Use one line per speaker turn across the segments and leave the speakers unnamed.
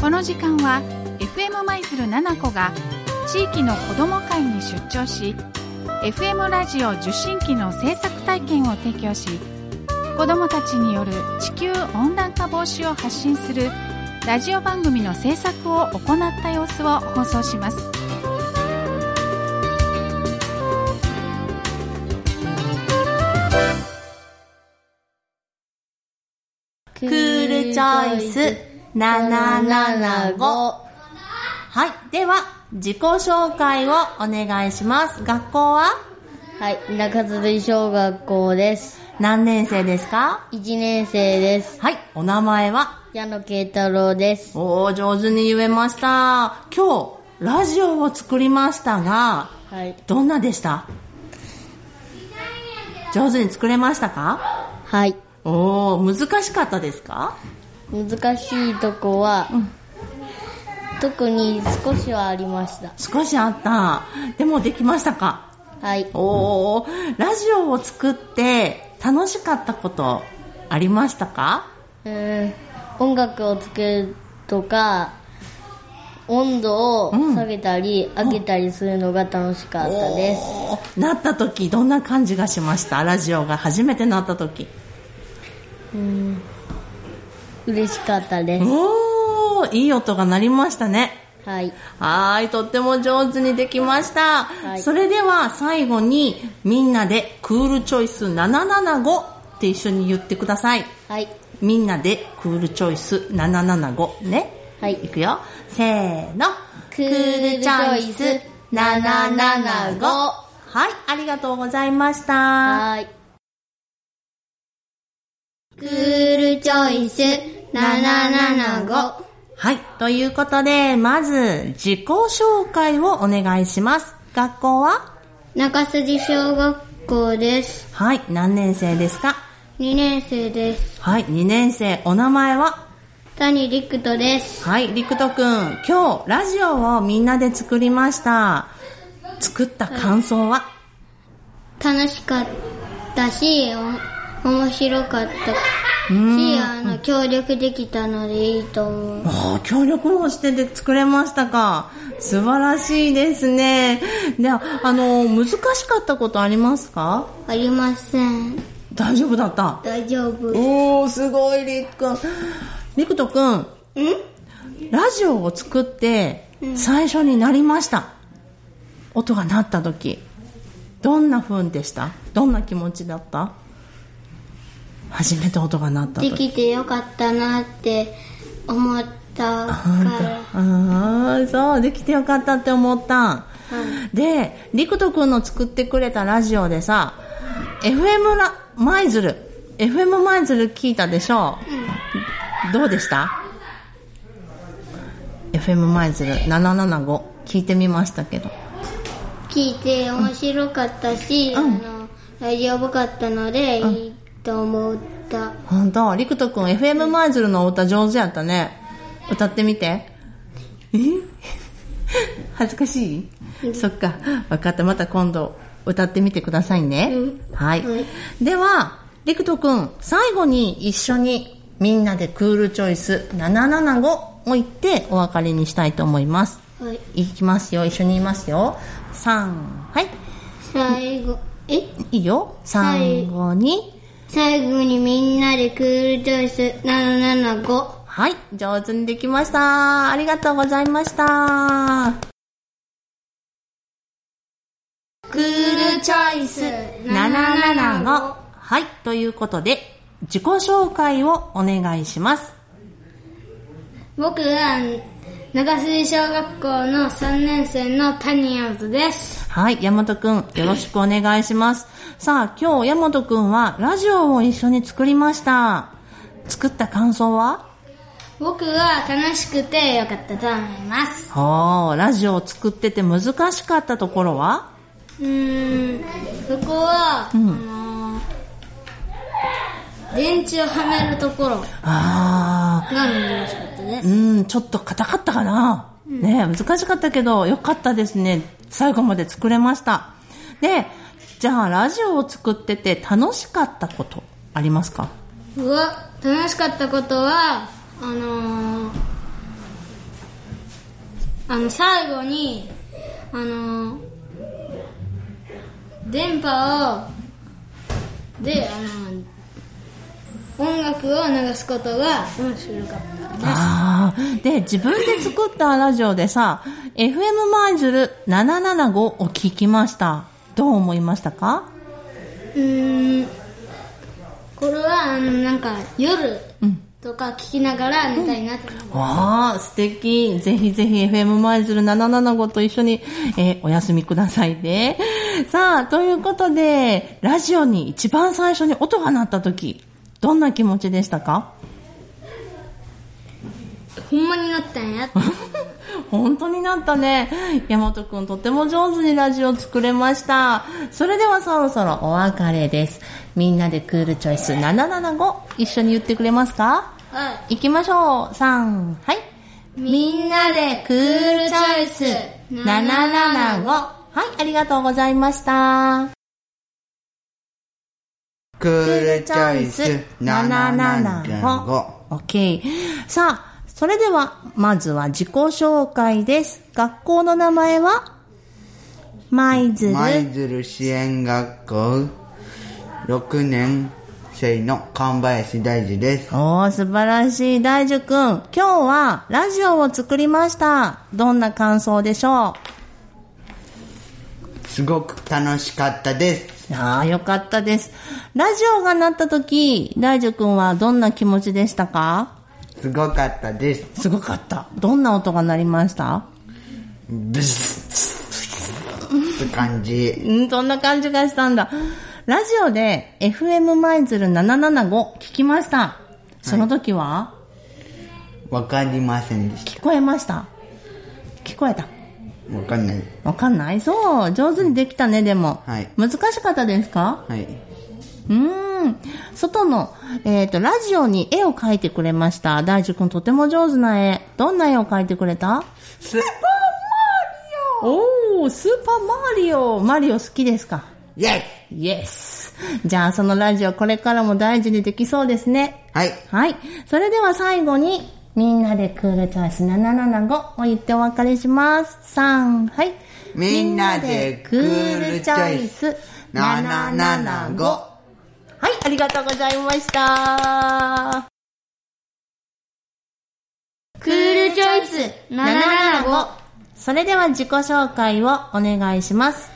この時間は FM 舞鶴七子が地域の子ども会に出張し FM ラジオ受信機の制作体験を提供し子どもたちによる地球温暖化防止を発信するラジオ番組の制作を行った様子を放送します
クールチョイス775。はい。では、自己紹介をお願いします。学校は
はい、中津類小学校です。
何年生ですか
1年生です。
はい。お名前は
矢野慶太郎です。
おー、上手に言えました。今日、ラジオを作りましたが、
はい。
どんなでした上手に作れましたか
はい。
おー、難しかったですか
難しいとこは、特に少しはありました。
少しあった。でもできましたか
はい。
おーラジオを作って楽しかったことありましたか
うーん、音楽をつけるとか、温度を下げたり、上げたりするのが楽しかったです。
おーなった時どんな感じがしましたラジオが初めてなった時
嬉しかったです。
おーいい音が鳴りましたね
はい。
はーいとっても上手にできました、
はい
それでは最後にみんなで「クールチョイス775」って一緒に言ってください
はい。
みんなでクールチョイス775ね。
はい
いくよ。せーの。
クールチョイス775
はい、ありがとうございました。
はい。クールチョイス775。
はい、ということで、まず自己紹介をお願いします。学校は
中筋小学校です。
はい、何年生ですか
2年生です。
はい、2年生、お名前は
谷陸斗です。
はい、りくとくん、今日ラジオをみんなで作りました。作った感想は、
楽しかったし、お面白かった
うん
し、あの、協力できたのでいいと思う。
ああ、協力もしてで作れましたか。素晴らしいですね。で、あの、難しかったことありますか
ありません。
大丈夫だった。
大丈夫。ん
おー、すごい、りっくん。りくとくん、ラジオを作って、最初になりました。音が鳴った時。どんな風でしたどんな気持ちだった初めて音が鳴った
で
時。
きてよかったなって思ったか
ああ、そう、できてよかったって思った。で、りくとくんの作ってくれたラジオでさ、FM ラ、舞鶴、FM 舞鶴聞いたでしょ、どうでした ?FM 舞鶴775聞いてみましたけど。
ら、聞いて面白かったし、あの、大丈夫かったので、いいと思った。
本当りくとくん FM 舞鶴のお歌上手やったね。歌ってみて。え 恥ずかしいそっか。わかった。また今度歌ってみてくださいね。はい。では、りくとくん、最後に一緒にみんなでクールチョイス775を言ってお別れにしたいと思います。
はい。
いきますよ。一緒に言いますよ。3、はい。
最後、え
いいよ。3、5、2、
最後にみんなでクールチョイス775。
はい、上手にできました。ありがとうございました。
クールチョイス
775。はい、ということで、自己紹介をお願いします。
僕は、長水小学校の3年生のタニアンズです。
はい、山本くん、よろしくお願いします。さあ、今日山本くんはラジオを一緒に作りました。作った感想は
僕は楽しくてよかったと思います。
おー、ラジオを作ってて難しかったところは
うーんそこは、あのー電池をはめるところ
あー、
が難しかったです、
うん、ちょっと硬かったかな。ね難しかったけど、よかったですね。最後まで作れました。で、じゃあ、ラジオを作ってて楽しかったこと、ありますか
うわ楽しかったことはあのー
あの最後にあの電波をであの音楽を流すことが面白かったです
ああ。で、自分で作ったラジオでさ、FM マイズル775を聞きました。どう思いましたか
うーんこれはあのなんか夜
うん。
とか聞きながら寝たいなと思って、
わあ、素敵。ぜひぜひ FM マイズル775と一緒に、えーお休みくださいね。さあ、ということで、ラジオに一番最初に音が鳴った時、どんな気持ちでしたか
ほんまになったんやって
本当になったね。大和くんとても上手にラジオ作れました。それではそろそろお別れです。みんなでクールチョイス775一緒に言ってくれますか
は
行きましょう。3、は
い
い。
みんなで
クールチョイス
775
775。はい、ありがとうございました。
クールチョイス775。
OK。さあ、それでは、まずは自己紹介です。学校の名前は舞鶴。
舞鶴支援学校6年生の神林大二です。
おー、素晴らしい。大樹くん。今日はラジオを作りました。どんな感想でしょ
すごく楽しかったです。
うああ、よかったです。ラジオが鳴った時、大樹くんはどんな気持ちでしたか
すごかったです。
すごかった。どんな音が鳴りました
ブスッって感じ。
うん、そんな感じがしたんだ。ラジオで FM 舞鶴775聞きました。その時は、
わかりませんでし
聞こえました聞こえた
た。わかんない。
わかんないそう、上手にできたね、でも。
はい
難しかったですか
はい。
うーん。外の、えっ、と、ラジオに絵を描いてくれました。大樹くんとても上手な絵。どんな絵を描いてくれた
スー
おー、スーパーマリオ。マリオ好きですか
イェイ
イエス。じゃあ、そのラジオこれからも大事にできそうですね。
はい。
はい。それでは最後に、みんなでクールチョイス775を言ってお別れします。3、はい。
みんなでクールチョイス775
はい、ありがとうございました。
クールチョイス775
それでは自己紹介をお願いします。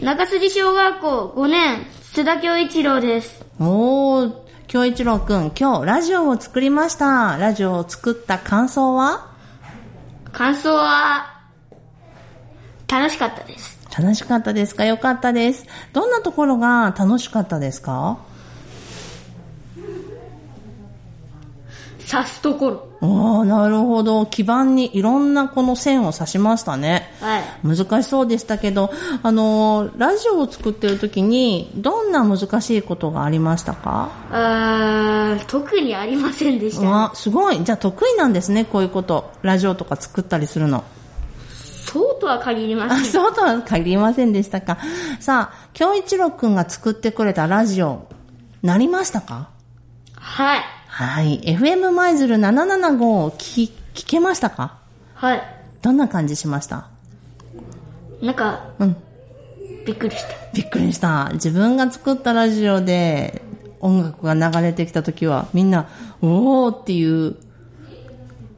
中筋小学校5年津田京一郎です
おー、京一郎くん、今日ラジオを作りました。ラジオを作った感想は
感想は楽しかったです
楽しかったですかよかったです。どんなところが楽しかったですか
刺すところ
ああ、なるほど。基盤にいろんなこの線を刺しましたね。
はい
難しそうでしたけど、あのーラジオを作ってる時に、どんな難しいことがありましたか
あー特にありませんでした
わあ、すごい。じゃあ得意なんですね、こういうこと。ラジオとか作ったりするの。
そうとは限りま
あ、
せん
そうとは限りませんでしたか。さあ、京一郎くんが作ってくれたラジオ、なりましたか
はい
はい。FM 舞鶴775を聞き聞けましたか
はい
どんな感じしました
なんか
うん。
びっくりした
びっくりした。自分が作ったラジオで音楽が流れてきた時はみんな、おーっていう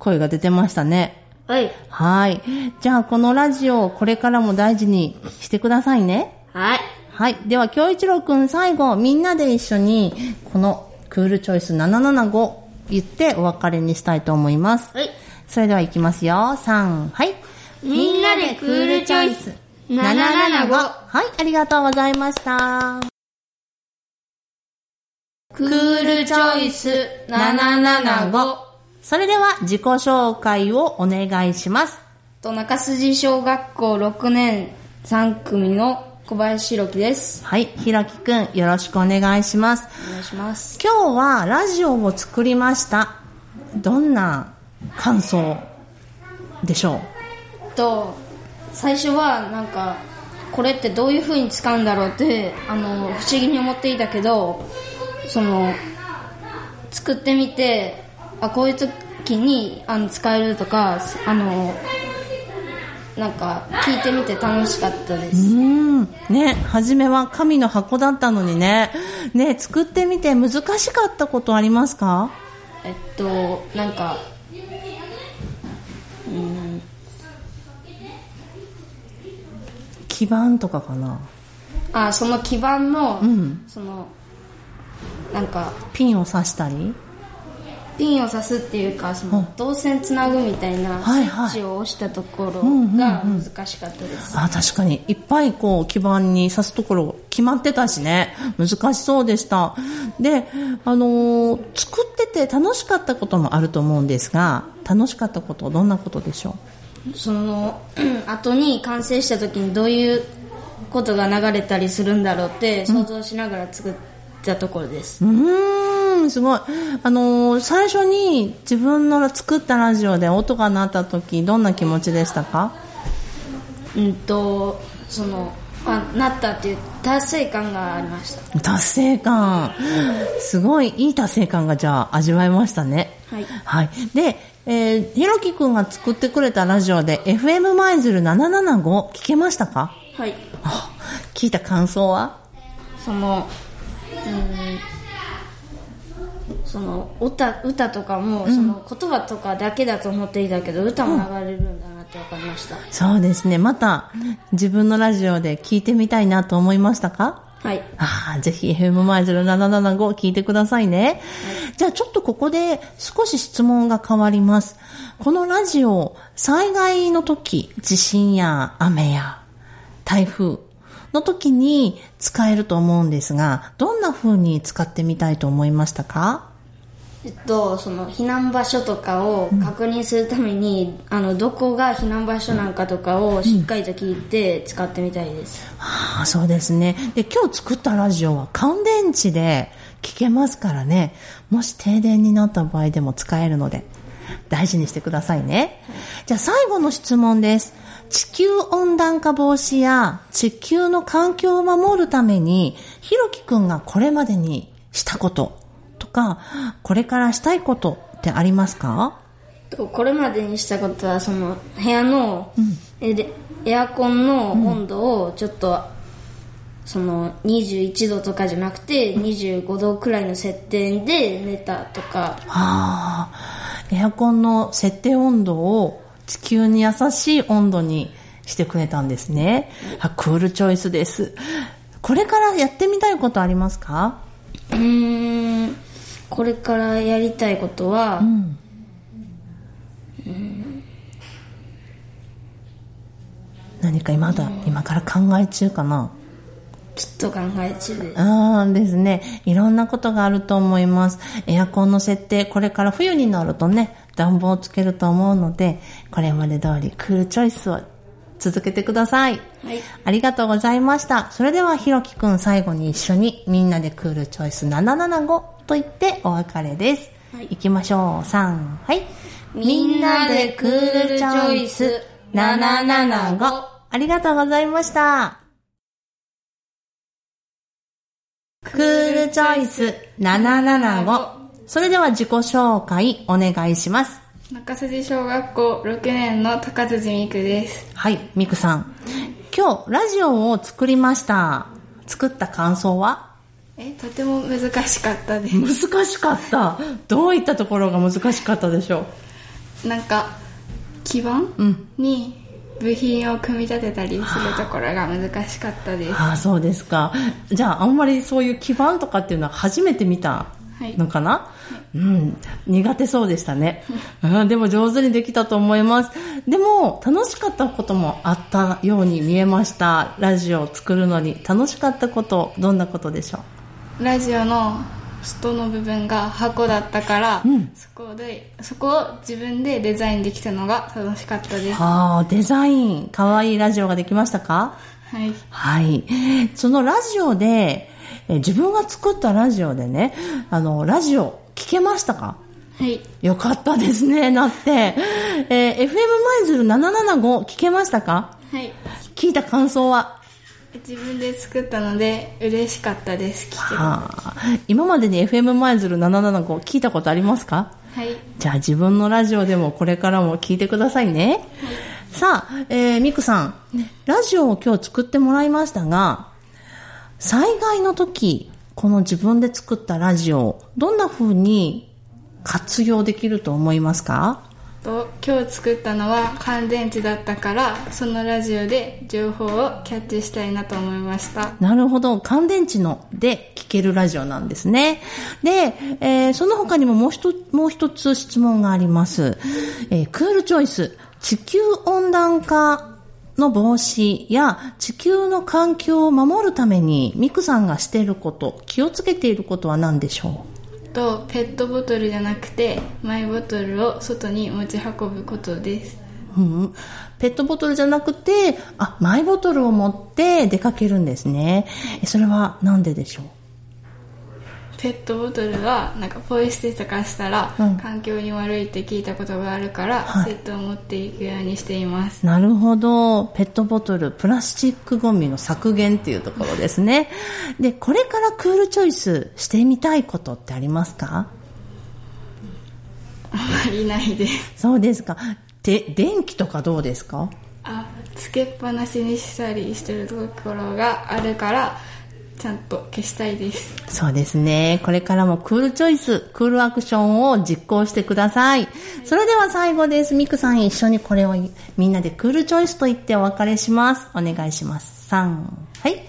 声が出てましたね。
はい
はい。じゃあこのラジオをこれからも大事にしてくださいね。
はい
はい。では、京一郎くん最後、みんなで一緒にこのクールチョイス775言ってお別れにしたいと思います。
はい
それでは行きますよ。3、はい。
みんなでクールチョイス
775
775
はい、ありがとうございました。
クールチョイス
775それでは自己紹介をお願いします。
と中筋小学校6年3組の小林弘樹です。
はい、ひろきくん、よろしくお願いします。
お願いします。
今日はラジオを作りました。どんな感想でしょ
と、最初はなんか、これってどういう風に使うんだろうって、あの、不思議に思っていたけど、その、作ってみて、あ、こういう時に、あの、使えるとか、あの、なんか聞いてみて楽しかったです、
うん。ね、初めは神の箱だったのにね。ね、作ってみて難しかったことありますか
えっとなんか
基盤とかかな。
あその基盤の、
うん
そのなんか
ピンを刺したり。
ピンを刺すっていうかその導線つなぐみたいなスイ
はいはい
ッチを押したところ
うんうん
が難しかったです、
あ、確かに。いっぱいこう、基盤に刺すところ決まってたしね。難しそうでした。で、あのー作ってて楽しかったこともあると思うんですが、楽しかったこと、どんなことでしょ
その 後に完成した時にどういうことが流れたりするんだろうって想像しながら作ったところです、
ううーん、すごい。あのー最初に自分の作ったラジオで音が鳴った時、どんな気持ちでしたか
うんとそのあなったっていう達成感がありました
達成感。すごいいい達成感がじゃあ味わえましたね。
はい
で、えー、ひろきくんが作ってくれたラジオで FM マイズル775聞けましたか
はい
あ聞いた感想は
そのうんその歌歌とかも、その言葉とかだけだと思っていたけど歌も流れるんだなって分かりました、
そうですね。また自分のラジオで聞いてみたいなと思いましたか
はい
ああ、ぜひ FM マイズル775聞いてくださいね。じゃあちょっとここで少し質問が変わります。このラジオ、災害の時、地震や雨や台風の時に使えると思うんですが、どんな風に使ってみたいと思いましたか
えっとその避難場所とかを確認するために、あのどこが避難場所なんかとかをしっかりと聞いて使ってみたいです、
ああ、そうですね。で、今日作ったラジオは乾電池で聞けますからね。もし停電になった場合でも使えるので、大事にしてくださいね。じゃあ最後の質問です。地球温暖化防止や地球の環境を守るために、ひろきくんがこれまでにしたこととか、これからしたいことってありますか
とこれまでにしたことはその部屋の、えでエアコンの温度をちょっと、その21度とかじゃなくて25度くらいの設定で寝たとか
ああ、エアコンの設定温度を地球に優しい温度にしてくれたんですね。あクールチョイスです。これからやってみたいことありますか
うーんこれからやりたいことは、
ん何か今だ、今から考え中かな
ちょっと考え中です
うんですね。いろんなことがあると思います。エアコンの設定、これから冬になるとね、暖房をつけると思うので、これまで通りクールチョイスを続けてください。
はい
ありがとうございました。それではひろきくん最後に一緒にみんなでクールチョイス775と言ってお別れです。
はい
行きましょう。3、はい。
みんなでクールチョイス775
ありがとうございました。クールチョイス775。それでは自己紹介お願いします。
中筋小学校6年の高辻美久です
はい、みくさん。今日、ラジオを作りました。作った感想は
えとても難しかったで
難しかった。どういったところが難しかったでしょう
すなんか基盤、
ん
に部品を組み立てたりするところが難しかったです
ああ、そうですか。じゃあ、あんまりそういう基盤とかっていうのは初めて見た
はい
のかな、うん。苦手そうでした ね。うん、でも上手にできたと思います。でも、楽しかったこともあったように見えました。ラジオを作るのに楽しかったこと、どんなことでしょう
ラジオの外の部分が箱だったから、そこでそこを自分でデザインできたのが楽しかったですは
ああ、デザイン、かわいいラジオができましたか
い
はい。そのラジオで、え自分が作ったラジオでね、あの、ラジオ聞けましたか
はい
よかったですね、なって。えー FM マイズル775聞けましたか
はい
聞いた感想は
自分で作ったので嬉しかったです聞けては
はあ今までに FM マイズル775聞いたことありますか
い
じゃあ自分のラジオでもこれからも聞いてくださいね。さあ、えー、ミクさん、ラジオを今日作ってもらいましたが、災害の時、この自分で作ったラジオを、どんな風に活用できると思いますか
と今日作ったのは乾電池だったからそのラジオで情報をキャッチしたいなと思いました
なるほど。乾電池ので聞けるラジオなんですね。で、えーその他にももう一つもう一つ質問があります、えークールチョイス、地球温暖化の防止や地球の環境を守るためにミクさんがしていること、気をつけていることは何でしょ
とペットボトルじゃなくてマイボトルを外に持ち運ぶことです
う、うん、ペットボトルじゃなくて、あ、マイボトルを持って出かけるんですね。えそれは何ででしょう
ペットボトルはなんかポイ捨てとかしたら
うん
環境に悪いって聞いたことがあるから、
はい
セットを持っていくようにしています
なるほど。ペットボトル、プラスチックゴミの削減っていうところですね。で、これからクールチョイスしてみたいことってありますか
あんまりないです
そうですか。で、電気とかどうですか
あつけっぱなしにしたりしてるところがあるからちゃんと消したいです
そうですね。これからもクールチョイス、クールアクションを実行してください。それでは最後です。ミクさん一緒にこれをみんなでクールチョイスと言ってお別れします。お願いします。3、はい。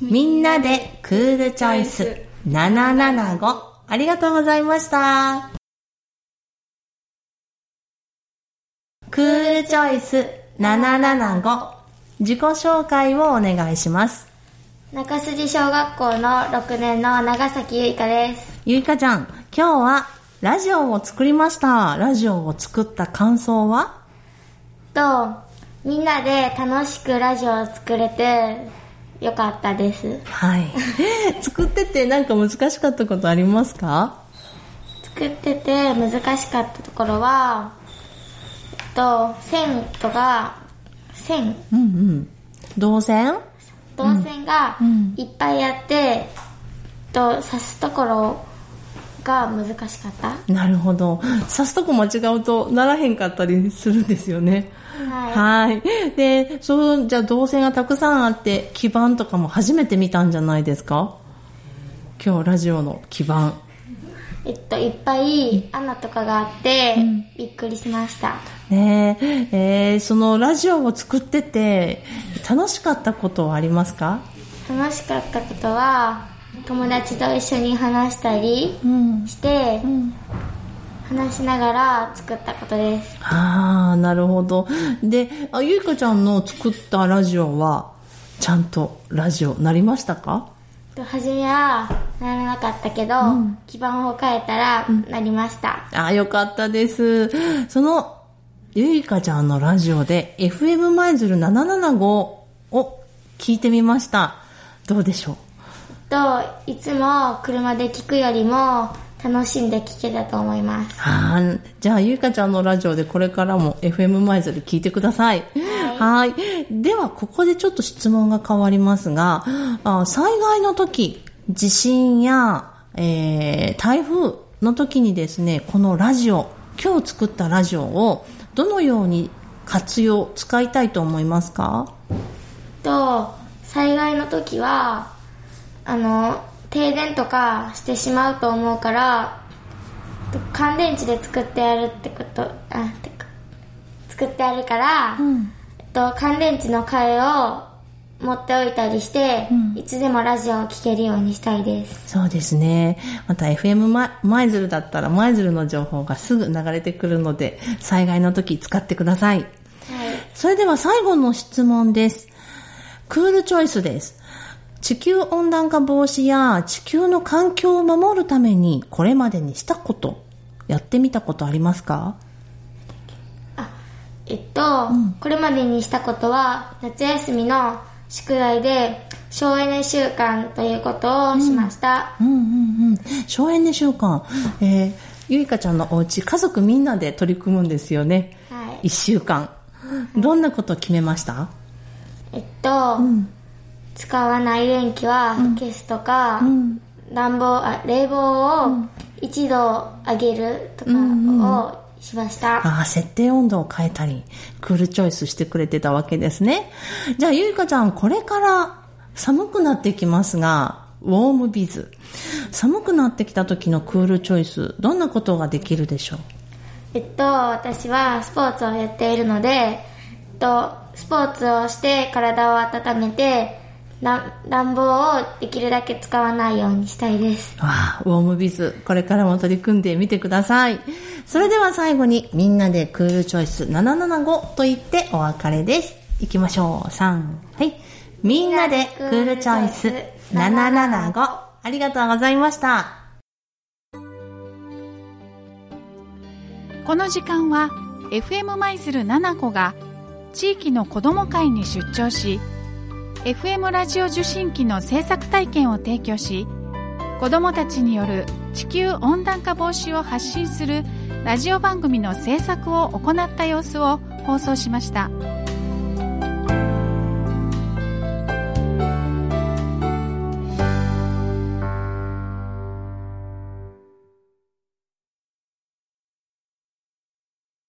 みんなでクールチョイス775。ありがとうございました。クールチョイス775。自己紹介をお願いします。
中筋小学校の6年の長崎ゆいかです。
ゆいかちゃん、今日はラジオを作りました。ラジオを作った感想は
と、みんなで楽しくラジオを作れてよかったです。
はい。 作っててなんか難しかったことありますか
作ってて難しかったところは、えっと、線とか、線、
うんうん。動線
動線がいっぱいあって、えっと、刺すところが難しかった。
なるほど。刺すとこ間違うとならへんかったりするんですよね。
は
はい。で、そう、じゃあ動線がたくさんあって、基盤とかも初めて見たんじゃないですか今日ラジオの基盤。
えっと、いっぱい穴とかがあって、びっくりしました。
ねええーそのラジオを作ってて楽しかったことはありますか
楽しかったことは友達と一緒に話したり
うん
して、話しながら作ったことです
ああなるほどであゆいかちゃんの作ったラジオはちゃんとラジオなりましたか
と初めはならなかったけど、基盤を変えたらなりました、
ああよかったですそのゆいかちゃんのラジオで FM マイズル775を聞いてみましたどうでしょう
といつも車で聞くよりも楽しんで聞けたと思います
はーいじゃあ、ゆいかちゃんのラジオでこれからも FM マイズル聞いてください。はい。では、ここでちょっと質問が変わりますが、あ災害の時、地震や、えー台風の時にですね、このラジオ、今日作ったラジオをどのように活用、使いたいと思いますか
と災害の時はあの停電とかしてしまうと思うからと乾電池で作ってやるってことあてか作ってやるから、えっと、乾電池の替えを持っておいたりして、いつでもラジオを聴けるようにしたいです
そうですね。また FM ま舞鶴だったら舞鶴の情報がすぐ流れてくるので、災害の時使ってください。それでは最後の質問です。クールチョイスです。地球温暖化防止や地球の環境を守るためにこれまでにしたこと、やってみたことありますか
えっと、これまでにしたことは夏休みの宿題で省エネ週間ということをしました、
うんうんうん。省エネ習慣。えー、ゆいかちゃんのお家家族みんなで取り組むんですよね。
はい
一週間。どんなことを決めました
えっと、使わない電気は消すとか、暖房あ冷房を一度上げるとかをしました。
ああ、設定温度を変えたり、クールチョイスしてくれてたわけですね。じゃあ、ゆいかちゃん、これから寒くなってきますが、ウォームビズ。寒くなってきた時のクールチョイス、どんなことができるでしょう
えっと、私はスポーツをやっているので、えっと、スポーツをして体を温めて、ら暖房をできるだけ使わないようにしたいです。
ああ、ウォームビズ、これからも取り組んでみてください。それでは最後に、みんなでクールチョイス775と言ってお別れです。行きましょう。3、はい。みんなでクールチョイス775。ありがとうございました。
この時間は FM 舞鶴七子が地域の子ども会に出張し FM ラジオ受信機の制作体験を提供し子どもたちによる地球温暖化防止を発信するラジオ番組の制作を行った様子を放送しました。